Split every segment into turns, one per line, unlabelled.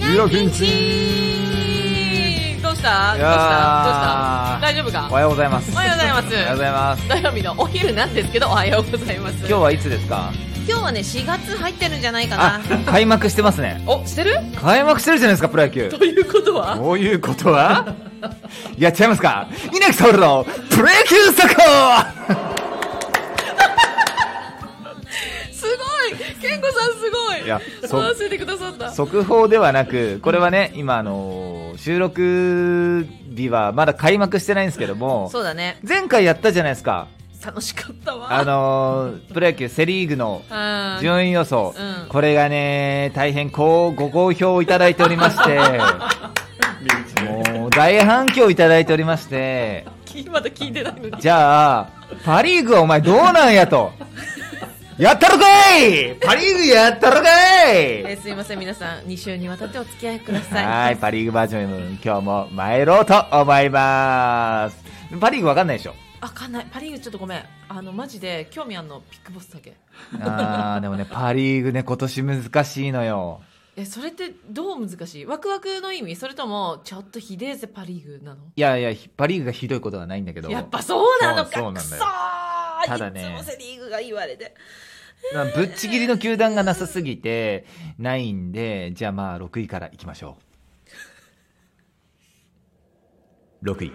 ピラピンチ
どうしたどうしたどうした大丈夫か
おはようございます
おはようございます
おはようございます
土曜日のお昼なんですけどおはようございます
今日はいつですか
今日はね4月入ってるんじゃないか
あ
な
開幕してますね
おしてる
開幕してるじゃないですかプロ 野球
ということは
こういうことはやっちゃいますか稲木徹のプロ野球サッカー
すごい健吾さんすごい
いやそ
回せてくださった
速報ではなくこれはね今あのー収録日はまだ開幕してないんですけども
そうだね
前回やったじゃないですか
楽しかったわ
あのープロ野球セ・リーグの
あー
順位予想、
うん
これがね大変こうご好評いただいておりましてもう大反響いただいておりまして
き まだ聞いてないのに
じゃあパ・リーグはお前どうなんやとやったろかいパ・リーグやったろか
え
い
ーすいません皆さん2週にわたってお付き合いくださ
はいいパ・リーグバージョン今日も参ろうと思いますパ・リーグわかんないでしょ
あかんないパ・リーグちょっとごめんあのマジで興味あんのピックボスだけ
あーでもねパ・リーグね今年難しいのよ
えそれってどう難しいワクワクの意味それともちょっとひでえぜパ・リーグなの
いやいやパ・リーグがひどいことはないんだけど
やっぱそうなのか
そうそう
く
なん
そ
だ
ー
よただね
いつもセ・リーグが言われて
まあぶっちぎりの球団がなさすぎてないんでじゃあまあ6位からいきましょう6位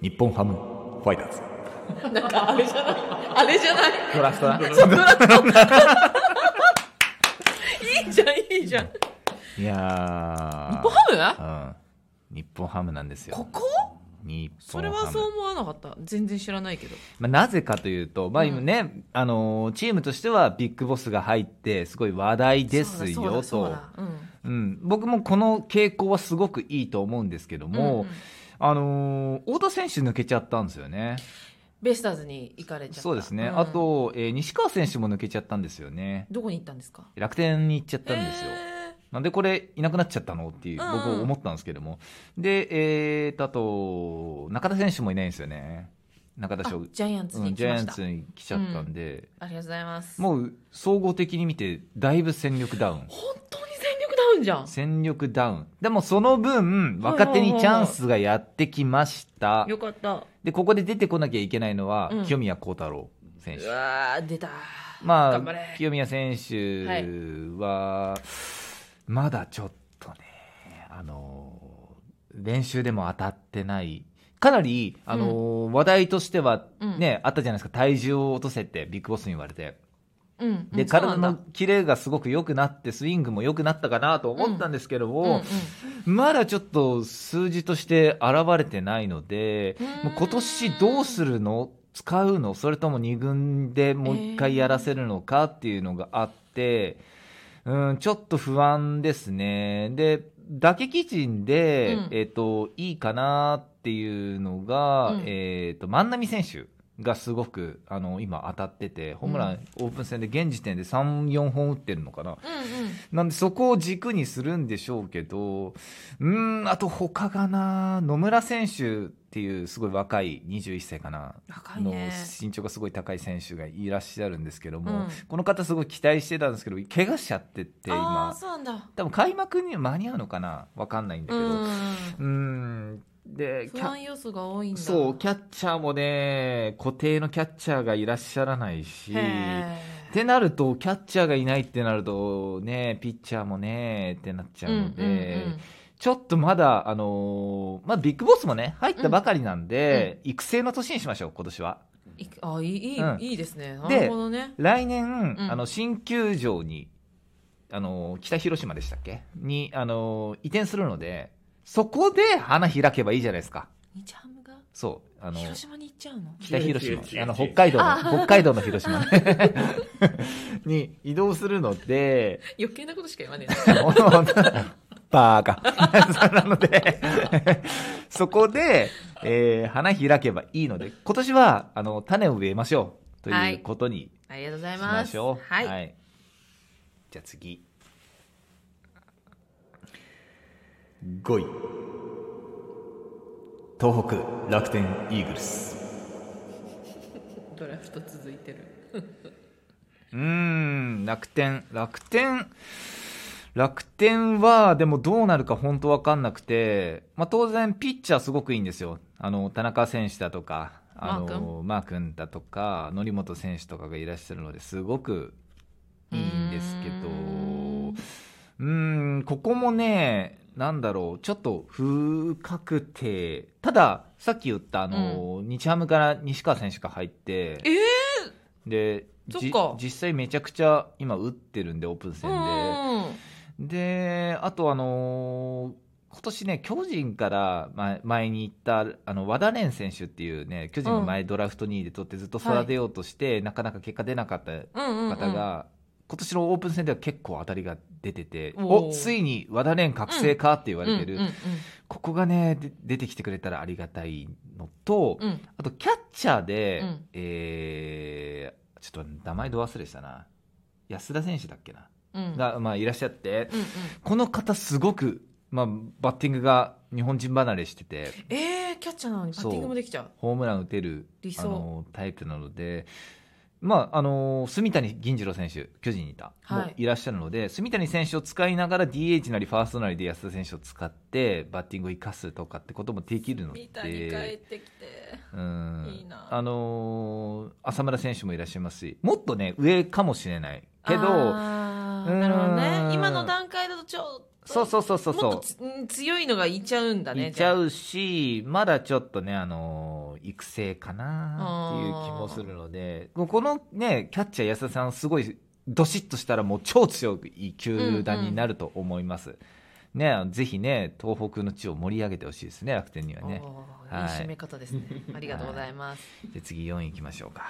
日本ハムファイターズ
なんかあれじゃないあれじゃない
ドラフトな
そうドラフトいいじゃんいいじゃん日
いやー
本ハム
うん、日本ハムなんです
こ
よ
こ
日
そ
本
れ
ハ
は
ム
そう思わなかった全然知らないけど
まあ、なぜかというと、まあ、今ね、あのーチームとしてはビッグボスが入ってすごい話題です
そうだ
よ
そう
と
だそうだうん
うん、僕もこの傾向はすごくいいと思うんですけども、
うんうん
あのー太田選手抜けちゃったんですよね。
ベイスターズに行かれちゃった
そうですね。
ん
あと、えー西川選手も抜けちゃったんですよね。
どこに行ったんですか
楽天に行っちゃったんですよ。
へ
なんでこれいなくなっちゃったのっていう、
うん
僕思ったんですけども。で、えーと、あと、中田選手もいないんですよね。中田
ー
翔
あ、ジャイアンツ
う
に
ん、
行き
ジャ
ま
イア
し
ン
た、
ツに来ちゃったんで、
ありがとうございます
もう総合的に見て、だいぶ戦力ダウン。
本当に戦力ダウンじゃん
戦力ダウン。でもその分、
はいはいはいはい
若手にチャンスがやってきました。
よかった
で、ここで出てこなきゃいけないのは、
うん
清宮幸太郎選
う
手。
わー出た
ま
頑張れ
あ、清宮選手は、まだちょっとね、あのー、練習でも当たってない。かなり、あのー話題としてはね、あったじゃないですか。体重を落とせって、ビッグボスに言われて。
うんうん
で、
そうな
体
んだ
のキレがすごく良くなって、スイングも良くなったかなと思ったんですけども、
うんうん
まだちょっと数字として現れてないので
うーん、
もう今年どうするの使うのそれとも2軍でもう一回やらせるのかっていうのがあって、うん、ちょっと不安ですね。で、打撃陣
う
で、
ん
えっ、と、いいかなっていうのが、
うん
えっ、と、万波選手。がすごくあの今当たっててホームランオープン戦で現時点で34本打ってるのかな、
うんうん
なんでそこを軸にするんでしょうけど、うーん、あと他がな、野村選手っていうすごい若い21歳かな、
若いね
の身長がすごい高い選手がいらっしゃるんですけど
う
も、
ん
この方すごい期待してたんですけど、怪我しちゃってって
ああー
今、
そうなんだ
多分開幕には間に合うのかなわかんないんだ
う
けど。
ん
うーん、で、キ
不
ャ
安要素が多いんだ
そう、キャッチャーもね、固定のキャッチャーがいらっしゃらないし、
へー
ってなると、キャッチャーがいないってなると、ね、ピッチャーもね、ってなっちゃうので、
うんうんうん
ちょっとまだ、あのーまあ、ビッグボスもね、入ったばかりなんで、育成の年にしましょう、今年は。
いくあいいいい、
うん
いいですねな
で
るほどね
来年、
うん
あの、新球場に、あのー北広島でしたっけに、あのー移転するので、そこで花開けばいいじゃないですか。
ニチャムが
そう、あのー
広島に行っちゃうの
北広
違う違う違
島、
う
あの北海道
あ
の、北海道の広島 ねに移動するので、
余計なことしか言 わねえな
バーカ。 なので、そこで、えー花開けばいいので、今年は、あの、種を植えましょう。と
はいいう
ことに
ありがとうござい
し
ま
ますしょう。
はい、
じゃあ次。5位。東北楽天イーグルス。
ドラフト続いてる
うーん、楽天、楽天、楽天は、でもどうなるか本当わかんなくて、まあ当然ピッチャーすごくいいんですよ。あの、田中選手だとか、あの、マー君だとか、則本選手とかがいらっしゃるので、すごくいいんですけど、
うーん
うーん、ここもね、なんだろう、ちょっと不確定。ただ、さっき言った、あの、日ハムから西川選手が入って、
ええ
で、
そっ
じ
か
実際めちゃくちゃ今打ってるんで、オープン戦で。
うん
で、あとあのー今年ね、巨人から前前に行った、あの、和田蓮選手っていうね、巨人の前ドラフト2位で取ってずっと育てようとして、なかなか結果出なかった
うんうんうん
方が、今年のオープン戦では結構当たりが出てて、
おー
おついに和田蓮覚醒かって言われてる、
うんうん
ここがね、で出てきてくれたらありがたいのと、
うんうん
あとキャッチャーで、
うん
えー、ちょっと名前ど忘れしたな。安田選手だっけな。
うん
が、まあ、いらっしゃって、
うんうん
この方すごく、まあ、バッティングが日本人離れしてて、
えー、キャッチャーなのにバッティングもできちゃう
ホームラン打てる
理想
あのタイプなので、まああの住谷銀次郎選手、巨人にいた、
はい
もういらっしゃるので、住谷選手を使いながら DH なりファーストなりで安田選手を使って、バッティングを生かすとかってこともできるので、
三谷帰ってきて
うん
いいな
あの浅村選手もいらっしゃいますし、もっとね、上かもしれないけど、
あ
う
ー
ん
なるほどね今の段階だとちょっと
そうそうそうそうそう
もっとつん強いのがいちゃうんだね
いちゃ
う
うし、まだちょっとね、あのー育成かなっていう気もするので、ここのね、キャッチャー安田さん、すごい、どしっとしたらもう超強い球団になると思います。ね、ぜひね、東北の地を盛り上げてほしいですね、楽天には
い
ね。
い
はい
締め方ですね、ありがとうございます、
で、次4位いきましょうか。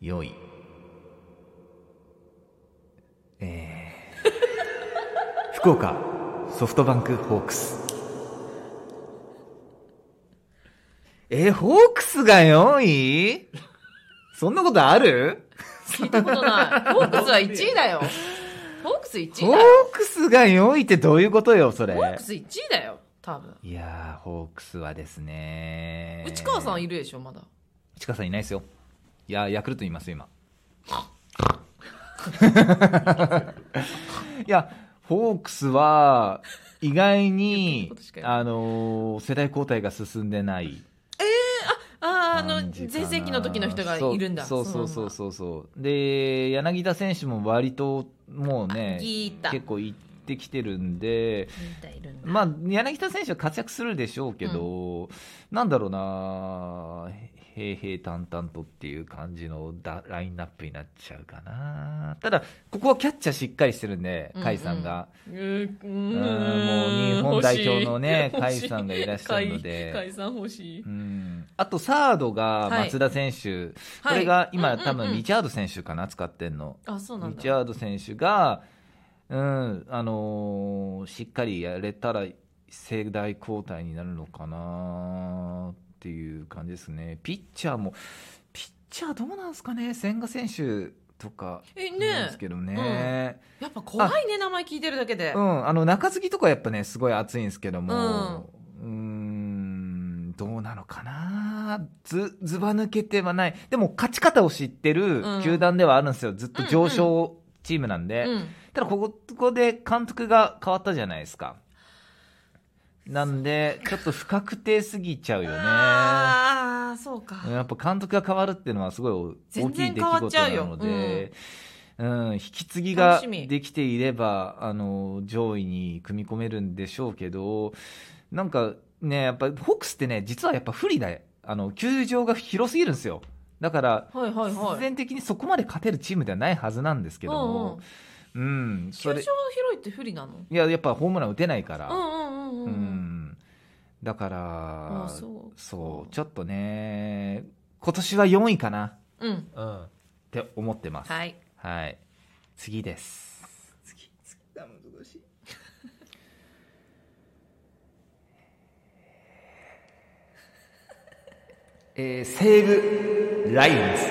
4位。えー、 福岡ソフトバンクホークス。えー、ホークスが4位そんなことある
聞いたことないホークスは1位だよホークス1位
ホ
だ
ー
よ
クスが4位ってどういうことよ、それ
ホ。ークス1位だよ多分
いやー、ホークスはですね。
内川さんいるでしょまだ
市川さんいないですよいやヤクルトいますよ 今いやホークスは意外に
言ってることしか言わ
あのー世代交代が進んでない
あああの
感じかな
全盛期の時の人がいるんだ
そうそうそうそうそうそうで柳田選手も割ともうね
あいた
結構行ってきてるんで
いるんだ
まあ、柳田選手は活躍するでしょうけど、なんだろうな、へ平々淡々とっていう感じのだラインナップになっちゃうかな、ただ、ここはキャッチャーしっかりしてるんで、
うんうん
甲斐さんが、
うー
うんんもう日本代表のね、甲
欲しい
斐さんがいらっしゃるの
解
で。
散欲しい
うん、あとサードが松田選手、これが今、多分リチャード選手かな、使ってんの。
あそうなん
リ
だ
チャード選手が、うんあのーしっかりやれたら世代交代になるのかなっていう感じですね。ピッチャーも、ピッチャーどうなんですかね、千賀選手とか
えね
なんですけどね、
やっぱ怖いね名前聞いてるだけで、
うん、あの中継ぎとかやっぱね、すごい熱いんですけども、うーん、どうなのかな、ずずば抜けてはない、でも勝ち方を知ってる
うん
球団ではあるんですよ、ずっと上昇チームなんで。
うん
ただここ、ここで監督が変わったじゃないですか。なんで、ちょっと不確定すぎちゃ うよね。や
ああそうか、
っぱ監督が変わるっていうのはすごい大
全
きい
然
出
変わ
来
っちゃう
事
よ
なので、うん、引き継ぎ
楽
が
しみ
できていれば、あの、上位に組み込めるんでしょうけど、なんかね、やっぱホークスってね、実はやっぱ不利だよ。あの、球場が広すぎるんですよ。だから、
はいはいはい
必然的にそこまで勝てるチームではないはずなんですけども、
うん
うん、
球
そ
場
れ
広いって不利なの
いや、やっぱホームラン打てないから。
うんうんうんう
うんんだから
あ、そう
そう、ちょっとね、今年は4位かな、
うん
うん、って思ってます。
はい
はい。次です。次、次が難しい。 えー、西武ライオンズ。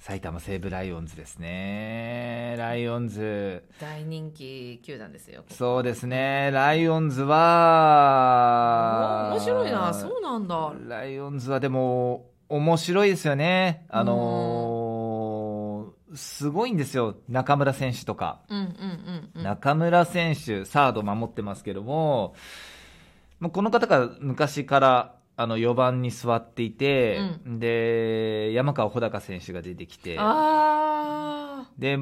埼玉西武ライオンズですね。ライオンズ。
大人気球団ですよ
そうですね。ライオンズは、
面白いなそうなんだ
ライオンズはでも、面白いですよね。あのーすごいんですよ、中村選手とか。
うんうんうんうん。
中村選手、サード守ってますけども、まあこの方が昔からあの4番に座っていて、で山川穂高選手が出てきて、
あ
で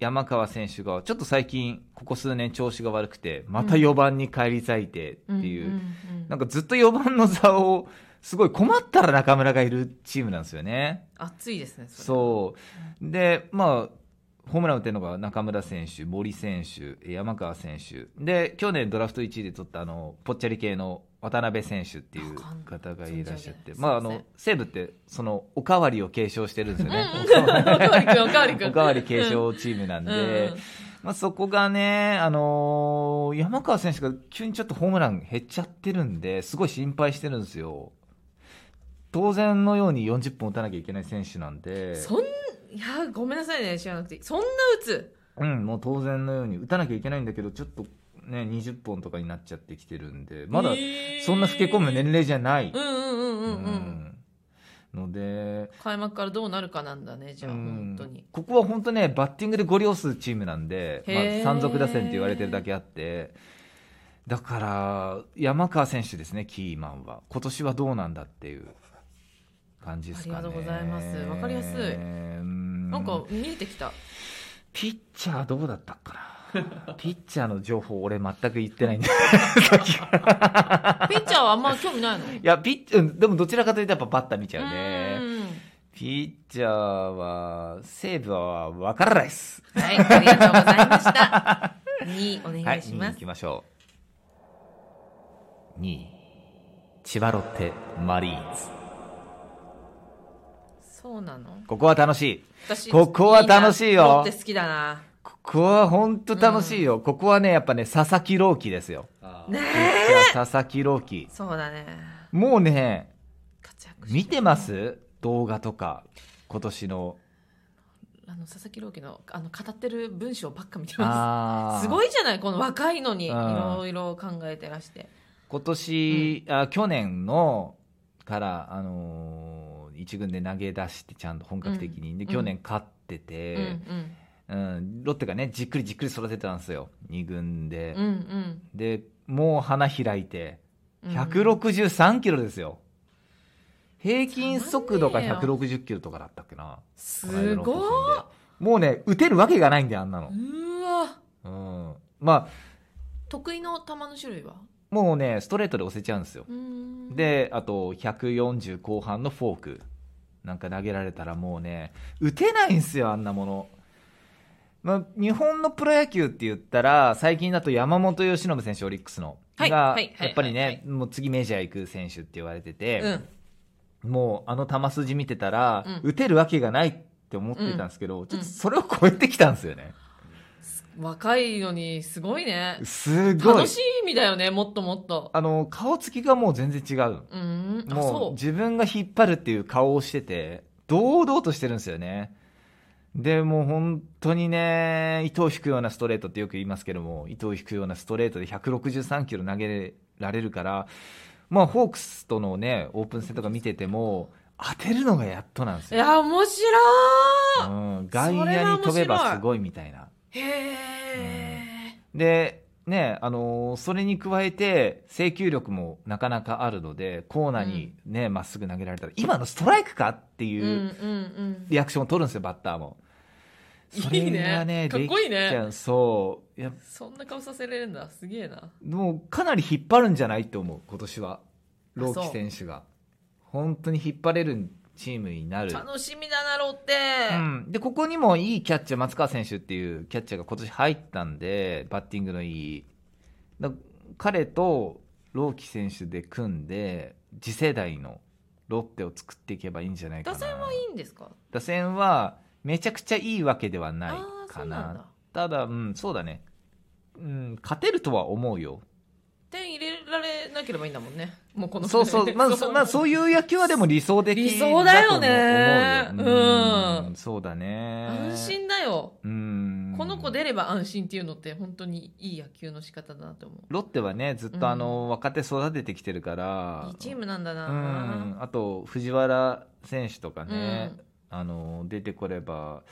山川選手がちょっと最近、ここ数年調子が悪くて、また4番に返り咲いてって
あ。
いう、
んんうん
なんかずっと4番の座を、すごい困ったら中村がいるチームなんですよね。
熱いですね、それ。
そうでまあホームラン打ってるのが中村選手、森選手、山川選手、で去年ドラフト1位で取ったあのぽっちゃり系の渡辺選手っていう方がいらっしゃって、
わかんない
まああ
存じ上げない
の西武ってそのおかわりを継承してるんですよね。
おかわりくん、 おかわりくん。
おかわり継承チームなんで、
うんうん
まあ、そこがね、あのー山川選手が急にちょっとホームラン減っちゃってるんで、すごい心配してるんですよ。当然のように40本打たなきゃいけない選手なんで。
そん、いや、ごめんなさいね、知らなくて。そんな打つ
うん、もう当然のように打たなきゃいけないんだけど、ちょっとね、20本とかになっちゃってきてるんで、まだそんな老け込む年。齢じゃない。
うんうんうんうんう。
うんんので、
開幕からどうなるかなんだね、じゃあ、
うん
本当に。
ここは本当ね、バッティングでご利用するチームなんで、まあ
へー、
山賊打線って言われてるだけあって、だから、山川選手ですね、キーマンは。今年はどうなんだっていう感じですかね。
ありがとうございますわかりやすい
うん
なんか、見えてきた。
ピッチャーどうだったかな ピッチャーの情報俺全く言ってないんで さっきから
ピッチャーはあんま興味ないの
いやピッチャーうんでもどちらかというとやっぱバッター見ちゃうね
うん
ピッチャーは西武は分からないです
はい、ありがとうございました。2お
は
願
い
いし
2位
ま
い
す。
きましょう2位千葉ロッテマリーンズ
そうなの
ここは楽しい
私
ここは楽しいよ
みんなロッテ好きだな。
ここは本当楽しいよ、ここはねやっぱね佐々木朗希ですよ
ね
ピッチャー佐々木朗希
そうだね。
もうね
活躍して
見てます動画とか今年の
あの佐々木朗希のあの語ってる文章ばっか見てま
あ
す。す
い
ごいじゃないこの若いのにい
うん
ろいろ考えてらして。
今年、あ去年のから、あのー一軍で投げ出してちゃんと本格的に、
うん
で去年勝って
うん
て、うんロッテがねじっくりじっくり育てたんですよ二軍で、
うんうん
でもう花開いて
うん。
163キロですよ、平均速度が
たまんねえよ
160キロとかだったっけなこの間
す
の
ごい。
オフシーズンでもうね打てるわけがないんだよあんなの、
うわ。
うん、まあ
得意の球の種類は
もうねストレートで押せちゃうんですよ
うーん
であと140後半のフォークなんか投げられたらもうね打てないんですよあんなもの、まあ、日本のプロ野球って言ったら最近だと山本由伸選手オリックスの、
はい
が、
はいはい
やっぱりね、
はいは
もう次メジャー行く選手って言われてて、
うん。
もうあの球筋見てたら、
うん
打てるわけがないって思ってたんですけど、ちょっとそれを超えてきたんですよね、
若いのにすごいね。
すごい
楽しい意味だよね、もっともっと。
あの顔つきがもう全然違う
うん。あ、
もう
そう。
自分が引っ張るっていう顔をしてて、堂々としてるんですよね。で、もう本当にね、糸を引くようなストレートってよく言いますけども、糸を引くようなストレートで163キロ投げられるから、まあ、ホークスとのね、オープン戦とか見てても、当てるのがやっとなんです
い
よ。
や、面白
う
ー
ん、外野に飛べばすごいみたいな。
へえ。
で、ね、あのーそれに加えて、制球力もなかなかあるので、コーナーにね、ま、っすぐ投げられたら、今のストライクかって
う
い
んうん
う
うん。
リアクションを取るんですよ、バッターも。
いいね
それがね、
かっこいいね
できちゃうそう。いや、
そんな顔させれるんだ。すげえな。
もうかなり引っ張るんじゃないと思う、今年は。
そ
ロ
う
ーキ選手が。本当に引っ張れるチームになる。
楽しみだな、ロッ
う
テ。
ん、でここにもいいキャッチャー松川選手っていうキャッチャーが今年入ったんでバッティングのいいだ彼と朗希選手で組んで次世代のロッテを作っていけばいいんじゃないか
打
な
線はいいんですか
打線はめちゃくちゃいいわけではない
ああー、そ
か
う
な
なんだ。
ただ、うん、そうだね、うん、勝てるとは思うよ
点入れられなければいいんだもんねもうこの
そ う そう、まあ、そまあ、そういう野球はでも理想的
理想だよね
だと思うよ
うん
そうだね。
安心だよ
うん。
この子出れば安心っていうのって本当にいい野球の仕方だなと思
ロッテはね、ずっとあの、若手育ててきてるから。
ういいチームなんだ
う。
なん
あと、藤原選手とか
うん、
ね、あの、出てこれば、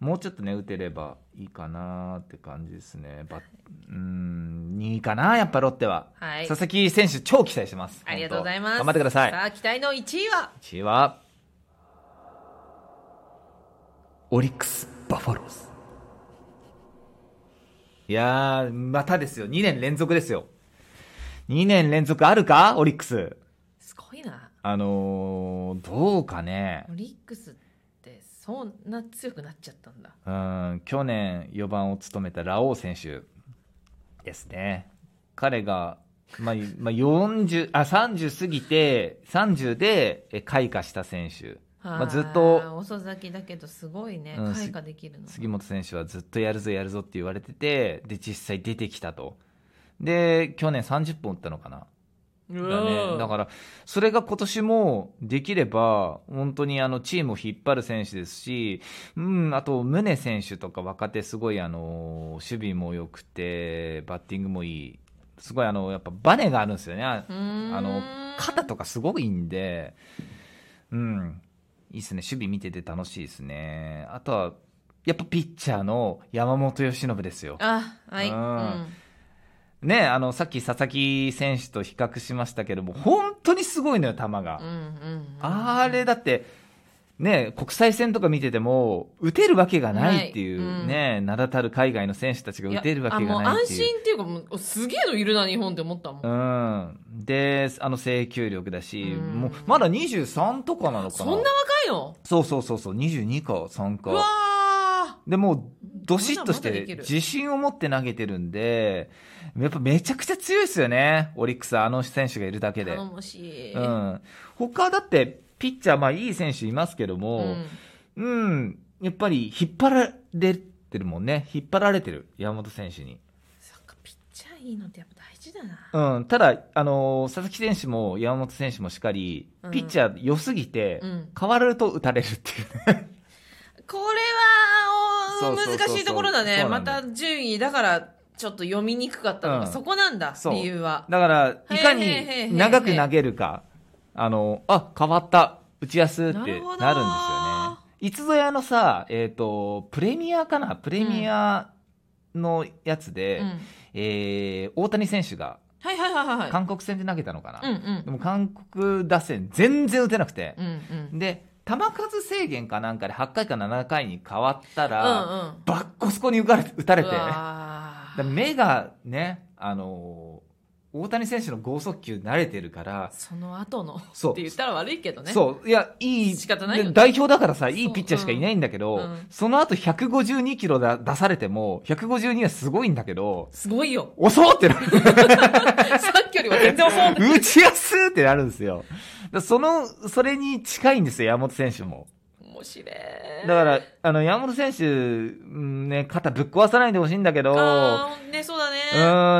もうちょっとね、打てればいいかなって感じですね。ばうん、2位かな、やっぱロッテは。
はい
佐々木選手、超期待してます。
ありがとうございます
本当頑張ってください。
さあ期待の1位は
1位は、オリックス・バファローズ。いやー、またですよ。2年連続ですよ。2年連続あるかオリックス。
すごいな
あのー、どうかね。
オリックスってそんな強くなっちゃったんだ
うん、去年4番を務めたラオウ選手ですね。彼が、まあ、まあ、40、あ、30過ぎて、30でえ開花した選手。まあ、ずっと
あー遅咲きだけどすごいね
うん
開花できるの
杉本選手はずっとやるぞやるぞって言われててで実際出てきたとで去年30本打ったのかな
う
だ,、ね、だからそれが今年もできれば本当にあのチームを引っ張る選手ですし、うん、あと宗選手とか若手すごいあの守備も良くてバッティングもいいすごいあのやっぱバネがあるんですよねああの肩とかすごいんで、うん、いいっすね、守備見てて楽しいですね。あとは、やっぱピッチャーの山本由伸ですよ。
あはい、
う
うんん、
ね、あの、さっき佐々木選手と比較しましたけども、本当にすごいのよ、球が
うんう。んうん
あれだって、ね、国際戦とか見てても、打てるわけがないっていう、
はいうん
ね、名だたる海外の選手たちが打てるわけが
やあも
な
う
い
安
っていう。
心っていうかもうすげえのいるな日本って思ったもん、
うん、で、あの制球力だし、
うん
もうまだ23とかなのか
そ
な。
んな若いの
そうそうそうそう、22か3
うわ
か。でもう、どしっとし
まだまだい
て
ける
自信を持って投げてるんで、やっぱめちゃくちゃ強いですよね。オリックスはあの選手がいるだけ
ー
で
頼。もしい、
うん。他だって、ピッチャー、まあいい選手いますけど
う
も、
ん
うん、やっぱり引っ張られてるもんね。引っ張られてる。山本選手に。
そっかピッチャーいいのってやっぱ大事だな
うん。ただ、あのー佐々木選手も山本選手もしっかり
う、ん
ピッチャー良すぎて、
うん
変わると打たれるっていうね。
これはおー
そうそうそうそう
難しいところだね
そうな
ま
んだよ
た順位だからちょっと読みにくかったのが、
うん
そこなんだ
そう
理由は
だから、いか
へーへーへーへ
に
ー
長く投げるか、あの、あ、変わった、打ちやすってな
な
るんです
る
よ
ほど
ね。いつぞやのさ、えっ、と、プレミアかなプレミアのやつで、
うん
えー大谷選手が
はいはいはいはいはい
韓国戦で投げたのかな、
うんうん
でも韓国打線全然打てなくて
う、んうん
で、球数制限かなんかで8回か7回に変わったら、
うんうん
バッコスコに打たれ打たれて、
うわ
だから目がね、あのー大谷選手の剛速球慣れてるから、
その後の
そう
って言ったら悪いけどね
そう、いや、いい、
仕方ないよね
で代表だからさ、い
そ
いうピッチャーしかいないんだけど、
うんうん
その後152キロだ出されても、152はすごいんだけど、
すごいよ
遅っってなる。
さっきよりは全然遅い
打ちやすってなるんですよ。だからその、それに近いんですよ、山本選手も。
面白い
だから、あの、山本選手、うんね、肩ぶっ壊さないでほしいんだけど、
あーねそうだね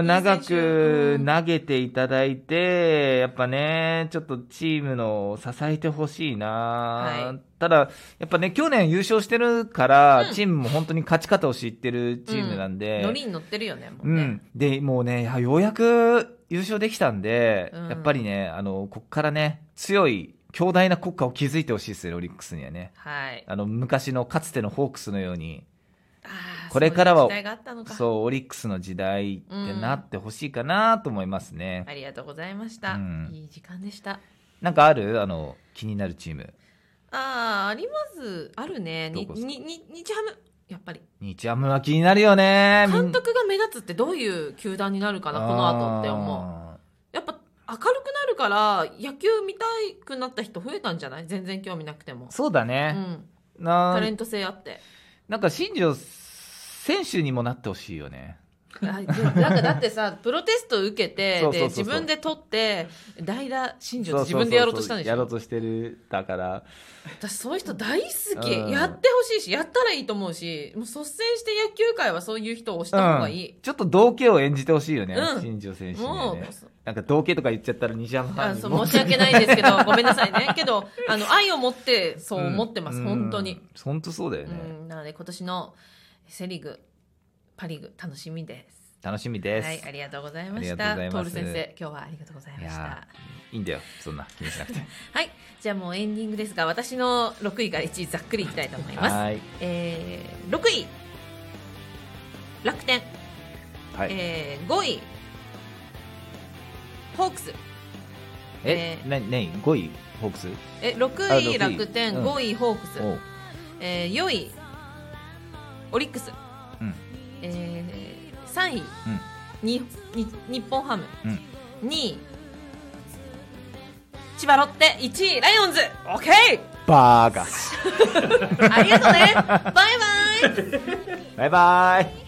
うん、長
いい選手
く
うん
投げていただいて、やっぱね、ちょっとチームの支えてほしいな、
はい
ただ、やっぱね、去年優勝してるから、
うん
チームも本当に勝ち方を知ってるチームなんで、
乗りに乗ってるよねも
う
うね、
ん。で、もうね、いやようやく優勝できたんで、
うん
やっぱりね、あの、こっからね、強い、強大な国家を築いてほしいですよ、オリックスにはね。
はい
あの、昔のかつてのホークスのように、
あー
これから
そ
は
ういう期待があったのか
そう、オリックスの時代ってなってほしいかなと思いますね。
ありがとうございました、
うん
いい時間でした
なんかあるあの、気になるチーム。
あーありますあるねに
どこですか
にに日ハムやっぱり
日ハムは気になるよね。みん
監督が目立つってどういう球団になるかなこの後って思う
あ
やっぱ明るくなるから野球見たくなった人増えたんじゃない全然興味なくても
ーそうだ
う
ね。
ん
な
タレント性あって
なんか新庄選手にもなってほしいよね。
あでなんかだってさ、プロテスト受けて、
そうそう
で、
そうそう
自分で取って、代打、新庄
そ
っ
う
て自
そうそう
分でやろうとしたんでし
やろ
ょ
うとしてるだから
私、そういう人大好き。
うん
やってほしいし、やったらいいと思うし、もう率先して野球界はそういう人を推した方がいい。
うん、ちょっと同型を演じてほしいよね、
うん
新庄選手には
も
ね
う、
なんか同型とか言っちゃったら西山さん
あ
に
そう
も
申し訳ないんですけ ど、ごめんなさいね。けど、あの、愛を持って、そう思ってます、
うん
本当に。
本当そうだよ
う
ね、
ん、なので、今年のセリーグ、パリーグ、楽しみです。
楽しみです、
はいい、ありがとうございま
あ
し
りがとう
た。
ござい
トー
ま
ル
す
先生、今日はありがとうございました
や。ーいいんだよそんな気にしなくて
はい、じゃあもうエンディングですが、私の6位から1位ざっくりいきたいと思います。
はい
えー、6位、楽天、
はいえ
えー、5位、ホークス、えー
な何5位ホークス
え
あ
6
6
位
位
楽天、
うん
5位ホークス、
おう
えー、4位、オリックス、
うん
えー、3位、にに日本ハム、
うん
2位、千葉ロッテ、1位、ライオンズ、オッケー
バーガ
ありがとうねバイバイ
バイバイ